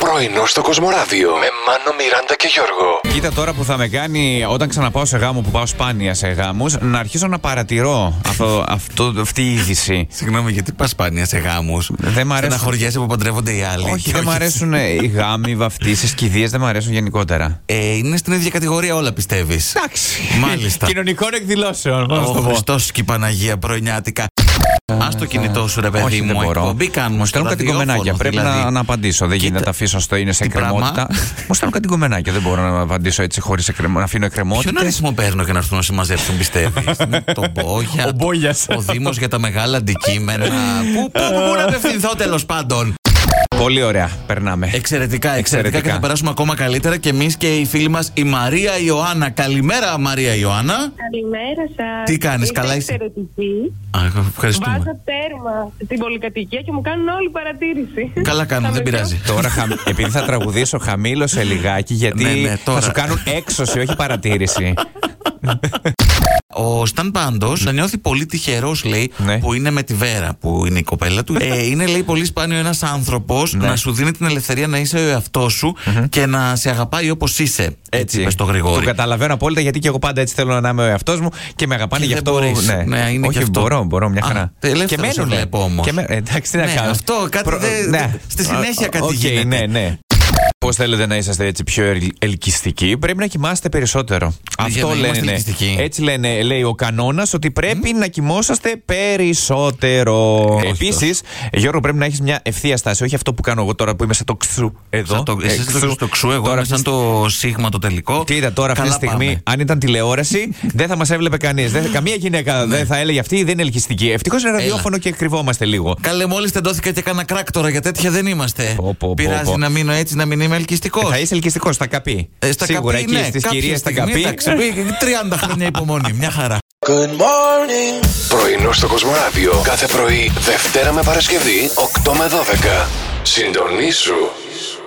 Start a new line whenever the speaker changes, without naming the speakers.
Πρωινό στο Κοσμοράδιο με Μάνο, Μιράντα και Γιώργο.
Κοίτα τώρα που θα με κάνει όταν ξαναπάω σε γάμο που πάω σπάνια σε γάμους να αρχίσω να παρατηρώ αυτό, αυτό, αυτή η είδηση.
Συγγνώμη, γιατί πας σπάνια σε γάμους.
Δεν μ' αρέσουν.
χωριέσαι που παντρεύονται οι άλλοι.
όχι,
Και
δεν μου αρέσουν ε, οι γάμοι, οι βαφτίσεις, οι κηδείες, δεν μου αρέσουν γενικότερα.
Ε, είναι στην ίδια κατηγορία όλα, πιστεύεις.
Εντάξει.
Μάλιστα.
Κοινωνικών εκδηλώσεων. πώς να
Ο
το πω. Ε,
Χριστός και η Παναγία πρωινιάτικα. Ας το κινητό σου, ρε παιδί
Όχι,
μου.
δεν μπορώ.
Εκπομπή κάνουμε.
Μου
στο
στέλνουν κάτι
ραδιόφωνο,
κομμενάκια. Πρέπει
δηλαδή.
να, να απαντήσω. Δεν γίνεται να τα αφήσω στο είναι σε
τι πράγμα.
εκκρεμότητα. Μου στέλνουν κάτι κομμενάκια. Δεν μπορώ να απαντήσω έτσι χωρίς να αφήνω
Ποιον
εκκρεμότητε.
αριθμό παίρνω για να έρθουν να σε μαζέψουν, πιστεύεις. τον Μπόγια.
Ο Μπόγιας.
Ο Δήμος για τα μεγάλα αντικείμενα. Πού πού- πού να απευθυνθώ τέλος πάντων.
Πολύ ωραία. Περνάμε.
Ε, Εξαιρετικά, εξαιρετικά και
Εξαιρετικά.
θα περάσουμε ακόμα καλύτερα και εμείς και οι φίλοι μας, η Μαρία Ιωάννα. Καλημέρα, Μαρία Ιωάννα.
Καλημέρα σας.
Τι κάνεις, καλά είσαι?
Εξαιρετική.
Α, ευχαριστούμε.
Βάζω τέρμα στην πολυκατοικία και μου κάνουν όλη παρατήρηση.
Καλά κάνουμε,
Θα
δεν
με
πειράζει.
Τώρα, χαμ- επειδή θα τραγουδήσω, χαμήλωσε λιγάκι γιατί
Ναι, ναι, τώρα.
θα σου κάνουν έξωση, όχι παρατήρηση.
Ο Σταν πάντω νιώθει πολύ τυχερός, λέει,
Ναι.
που είναι με τη Βέρα, που είναι η κοπέλα του. Ε, είναι, λέει, πολύ σπάνιο ένας άνθρωπος
Ναι.
να σου δίνει την ελευθερία να είσαι ο εαυτός σου και να σε αγαπάει όπως είσαι. Έτσι, είπε στο
Το
Γρηγόρη.
καταλαβαίνω απόλυτα γιατί και εγώ πάντα έτσι θέλω να είμαι ο εαυτός μου και με αγαπάνε
Και
γι'
δεν
αυτό.
μπορείς. Ναι, είναι
Όχι,
και αυτό.
μπορώ, μπορώ, μια
Α,
χαρά.
ελεύθερος
και
σε
μένουν.
βλέπω όμως.
Και με... ε, Εντάξει, τι να
Ναι,
κάνω. ναι.
αυτό κάτι δεν- στη συνέχεια κάτι
Οκ,
γίνεται.
Ναι, ναι. Πώ θέλετε να είσαστε έτσι πιο ελ- ελκυστικοί, πρέπει να κοιμάστε περισσότερο.
να
Αυτό
είμαστε
λένε.
ελκυστικοί.
Έτσι λένε, λέει ο κανόνας, ότι πρέπει να κοιμόσαστε περισσότερο.
Ε, όχι
Επίσης, Γιώργο, πρέπει να έχεις μια ευθεία στάση. Όχι αυτό που κάνω εγώ τώρα που είμαι σε το ξου εδώ.
Σαν το,
Ε,
εσύ είσαι
ξου.
το, το ξού, εγώ
Τώρα
είμαι σαν
αυτή-
το σίγμα το τελικό.
τι ήταν τώρα αυτή τη
Καλά
στιγμή,
πάμε.
αν ήταν τηλεόραση, δεν θα μας έβλεπε κανείς. Καμία γυναίκα δεν θα έλεγε αυτή, δεν είναι ελκυστική. Ευτυχώς είναι ραδιόφωνο και κρυβόμαστε λίγο.
Καλέ, μόλις τεντώθηκα και έκανα κράκ τώρα για τέτοια δεν είμαστε.
Πω, πω, πω,
Πειράζει
πω.
να μείνω έτσι, να μην είμαι ελκυστικός.
Ε, Θα είσαι ελκυστικός, στα καπί.
Ε,
Σίγουρα
ναι,
εκεί στι κυρίες στα καπί.
30 χρόνια υπομονή, μια χαρά.
Πρωινό στο Κοσμοράδιο κάθε πρωί, Δευτέρα με Παρασκευή, 8 με 12. Συντονίσου.